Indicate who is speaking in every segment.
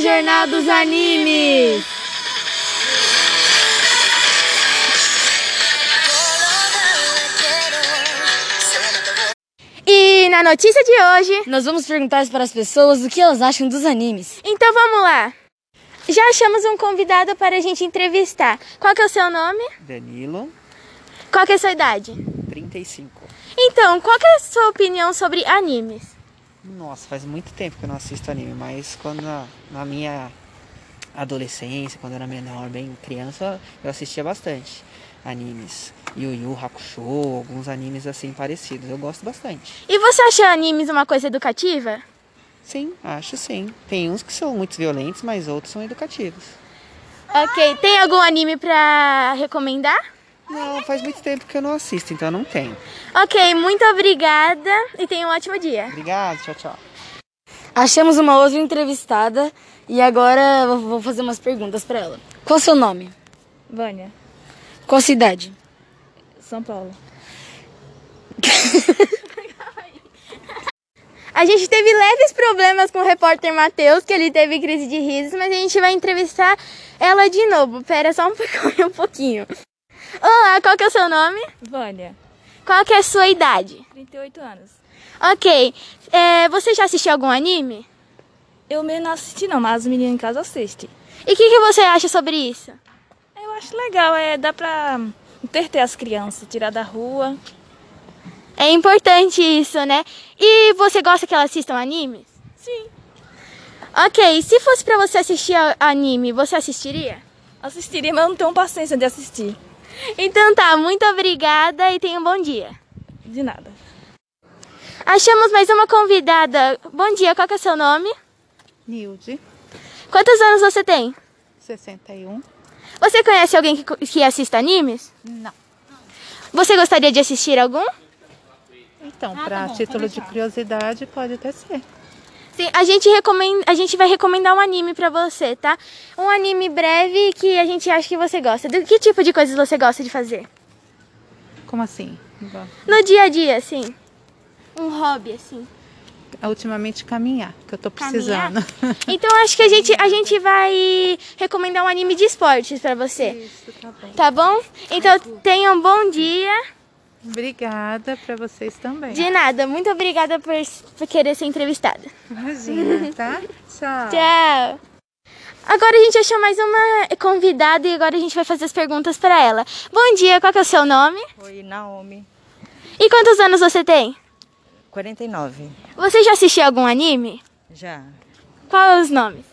Speaker 1: Jornal dos Animes.
Speaker 2: E na notícia de hoje,
Speaker 1: Nós vamos perguntar para as pessoas o que elas acham dos animes.
Speaker 2: então vamos lá. Já achamos um convidado para a gente entrevistar. Qual que é o seu nome?
Speaker 3: Danilo,
Speaker 2: Qual que é a sua idade?
Speaker 3: 35.
Speaker 2: Então, qual que é a sua opinião sobre animes?
Speaker 3: Nossa, faz muito tempo que eu não assisto anime, mas quando na, na minha adolescência, quando eu era menor, bem criança, eu assistia bastante animes. Yu Yu Hakusho, alguns animes assim parecidos. Eu gosto bastante.
Speaker 2: E você acha animes uma coisa educativa?
Speaker 3: Sim, acho sim. Tem uns que são muito violentos, mas outros são educativos.
Speaker 2: Ok, tem algum anime pra recomendar?
Speaker 3: Não, faz muito tempo que eu não assisto, então eu não tenho.
Speaker 2: Ok, muito obrigada e tenha um ótimo dia.
Speaker 3: Obrigado, tchau, tchau.
Speaker 1: Achamos uma outra entrevistada e agora eu vou fazer umas perguntas para ela. Qual o seu nome?
Speaker 4: Vânia,
Speaker 1: Qual cidade?
Speaker 4: São Paulo.
Speaker 2: A gente teve leves problemas com o repórter Matheus, que ele teve crise de risos, mas a gente vai entrevistar ela de novo. Pera só um pouquinho, um pouquinho. Olá, qual que é o seu nome?
Speaker 4: Vânia,
Speaker 2: Qual que é a sua idade?
Speaker 4: 38 anos.
Speaker 2: Ok, é, você já assistiu algum anime?
Speaker 4: Eu mesmo não assisti não, mas os meninos em casa assistem.
Speaker 2: E o que, que você acha sobre isso?
Speaker 4: Eu acho legal, é, dá pra entreter as crianças, tirar da rua.
Speaker 2: É importante isso, né? E você gosta que elas assistam animes?
Speaker 4: Sim.
Speaker 2: Ok, se fosse pra você assistir a- anime, você assistiria?
Speaker 4: Assistiria, mas eu não tenho paciência de assistir.
Speaker 2: Então tá, muito obrigada e tenha um bom dia.
Speaker 4: De nada.
Speaker 2: Achamos mais uma convidada. Bom dia, qual que é o seu nome?
Speaker 5: Nilde,
Speaker 2: Quantos anos você tem?
Speaker 5: 61.
Speaker 2: Você conhece alguém que, co- que assista animes?
Speaker 5: Não.
Speaker 2: Você gostaria de assistir algum?
Speaker 5: Então, para título de curiosidade, pode até ser.
Speaker 2: Sim, a gente, recomenda, a gente vai recomendar um anime pra você, tá? Um anime breve que a gente acha que você gosta. Do que tipo de coisas você gosta de fazer?
Speaker 5: Como assim? Igual-
Speaker 2: No dia a dia, assim. Um hobby, assim.
Speaker 5: É Ultimamente caminhar, que eu tô precisando.
Speaker 2: é Então acho que a gente, a gente vai recomendar um anime de esportes pra você,
Speaker 5: Isso, tá bom.
Speaker 2: tá bom? Então tenha um bom dia.
Speaker 5: Obrigada para vocês também.
Speaker 2: De nada, muito obrigada por, por querer ser entrevistada.
Speaker 5: Imagina, tá? Tchau.
Speaker 2: Tchau. Agora a gente achou mais uma convidada e agora a gente vai fazer as perguntas pra ela. Bom dia, qual que é o seu nome?
Speaker 6: Oi, Naomi.
Speaker 2: E quantos anos você tem?
Speaker 6: 49.
Speaker 2: Você já assistiu algum anime?
Speaker 6: Já.
Speaker 2: Qual os nomes?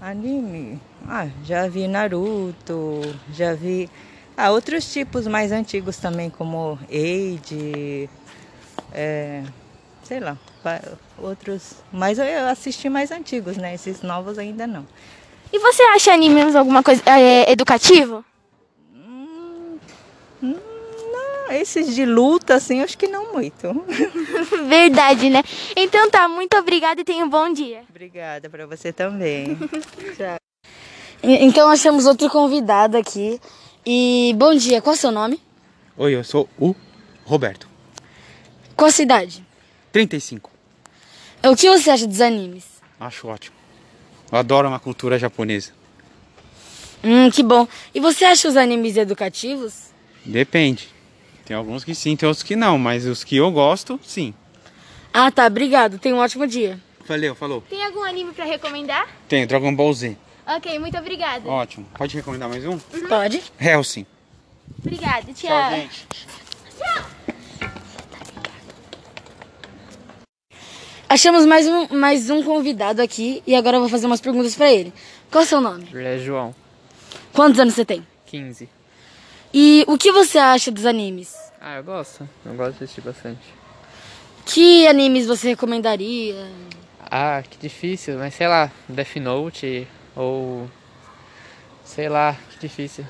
Speaker 6: Anime. Ah, já vi Naruto, já vi. Ah, outros tipos mais antigos também, como Eide. É, sei lá, va- outros. Mas eu- eu assisti mais antigos, né? Esses novos ainda não.
Speaker 2: E você acha animes alguma coisa é, educativo?
Speaker 6: Ah, esses de luta, assim, eu acho que não muito.
Speaker 2: Verdade, né? Então tá, muito obrigada e tenha um bom dia.
Speaker 6: Obrigada para você também.
Speaker 1: E- Então achamos outro convidado aqui. E bom dia, qual é o seu nome?
Speaker 7: Oi, eu sou o Roberto.
Speaker 1: Qual cidade?
Speaker 7: 35.
Speaker 1: É, O que você acha dos animes?
Speaker 7: Acho ótimo. Eu adoro uma cultura japonesa.
Speaker 1: Hum, que bom. E você acha os animes educativos?
Speaker 7: Depende. Tem alguns que sim, tem outros que não, mas os que eu gosto, sim.
Speaker 1: Ah, tá, obrigado. Tenha um ótimo dia.
Speaker 7: Valeu, falou.
Speaker 2: Tem algum anime pra recomendar?
Speaker 7: Tem Dragon Ball Z.
Speaker 2: Ok, muito obrigada.
Speaker 7: Ótimo. Pode recomendar mais um?
Speaker 1: Pode?
Speaker 7: Helsing.
Speaker 2: Obrigada, tchau.
Speaker 7: Tchau,
Speaker 8: É.
Speaker 7: gente.
Speaker 1: Achamos mais um, mais um convidado aqui e agora eu vou fazer umas perguntas pra ele. Qual é o seu nome?
Speaker 8: É João,
Speaker 1: Quantos anos você tem?
Speaker 8: 15.
Speaker 1: E o que você acha dos animes?
Speaker 8: Ah, eu gosto. Eu gosto de assistir bastante.
Speaker 1: Que animes você recomendaria?
Speaker 8: Ah, que difícil, mas sei lá, Death Note ou. Sei lá, que difícil.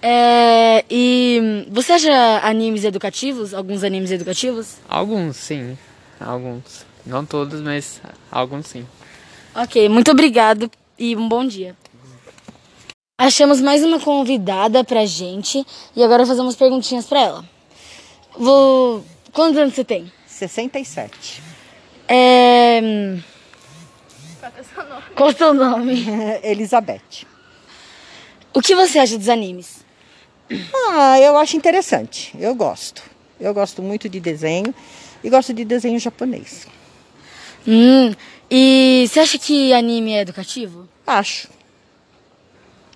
Speaker 1: É, e você acha animes educativos? Alguns animes educativos?
Speaker 8: Alguns sim, alguns. Não todos, mas alguns sim.
Speaker 1: Ok, muito obrigado e um bom dia. Achamos mais uma convidada pra gente e agora eu vou fazer umas perguntinhas pra ela. Vou. Quantos anos você tem?
Speaker 3: 67.
Speaker 1: É, hum,
Speaker 2: Qual que é o seu nome?
Speaker 1: Qual o seu nome?
Speaker 9: Elizabeth.
Speaker 1: O que você acha dos animes?
Speaker 9: Ah, eu acho interessante. Eu gosto. Eu gosto muito de desenho e gosto de desenho japonês.
Speaker 1: Hum, e você acha que anime é educativo?
Speaker 9: Acho.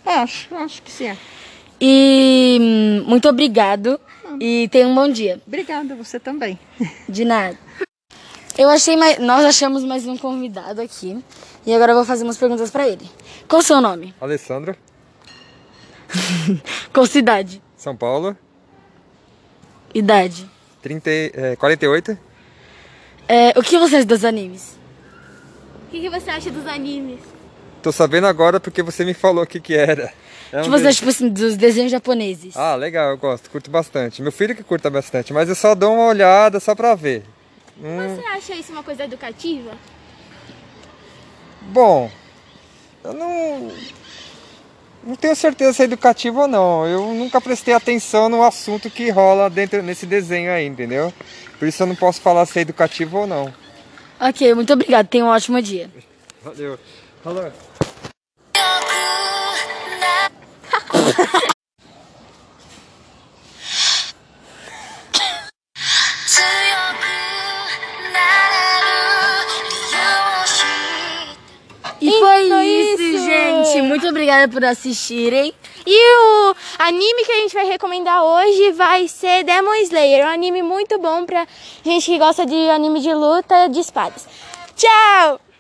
Speaker 9: Acho, acho que sim. é.
Speaker 1: E hum, muito obrigado e tenha um bom dia.
Speaker 9: Obrigada, você também.
Speaker 1: De nada. Eu achei mais, nós achamos mais um convidado aqui e agora eu vou fazer umas perguntas pra ele. Qual o seu nome?
Speaker 10: Alessandro,
Speaker 1: Qual cidade?
Speaker 10: São Paulo,
Speaker 1: Idade?
Speaker 10: 30, e- eh, 48.
Speaker 1: É, o que você acha dos animes?
Speaker 2: O que, que você acha dos animes?
Speaker 10: Tô sabendo agora porque você me falou o que que era. É
Speaker 1: O que
Speaker 10: um
Speaker 1: você
Speaker 10: de-
Speaker 1: acha tipo assim, dos desenhos japoneses?
Speaker 10: Ah, legal, eu gosto, curto bastante. Meu filho que curta bastante, mas eu só dou uma olhada só pra ver.
Speaker 2: Você acha isso uma coisa educativa?
Speaker 10: Bom, eu não. Não tenho certeza se é educativo ou não. Eu nunca prestei atenção no assunto que rola dentro nesse desenho aí, entendeu? Por isso eu não posso falar se é educativo ou não.
Speaker 1: Ok, muito obrigado. Tenha um ótimo dia.
Speaker 10: Valeu. Falou.
Speaker 1: E foi,
Speaker 2: foi
Speaker 1: isso,
Speaker 2: Então é isso.
Speaker 1: gente. Muito obrigada por assistirem.
Speaker 2: E o anime que a gente vai recomendar hoje vai ser Demon Slayer, um anime muito bom pra gente que gosta de anime de luta de espadas. Tchau!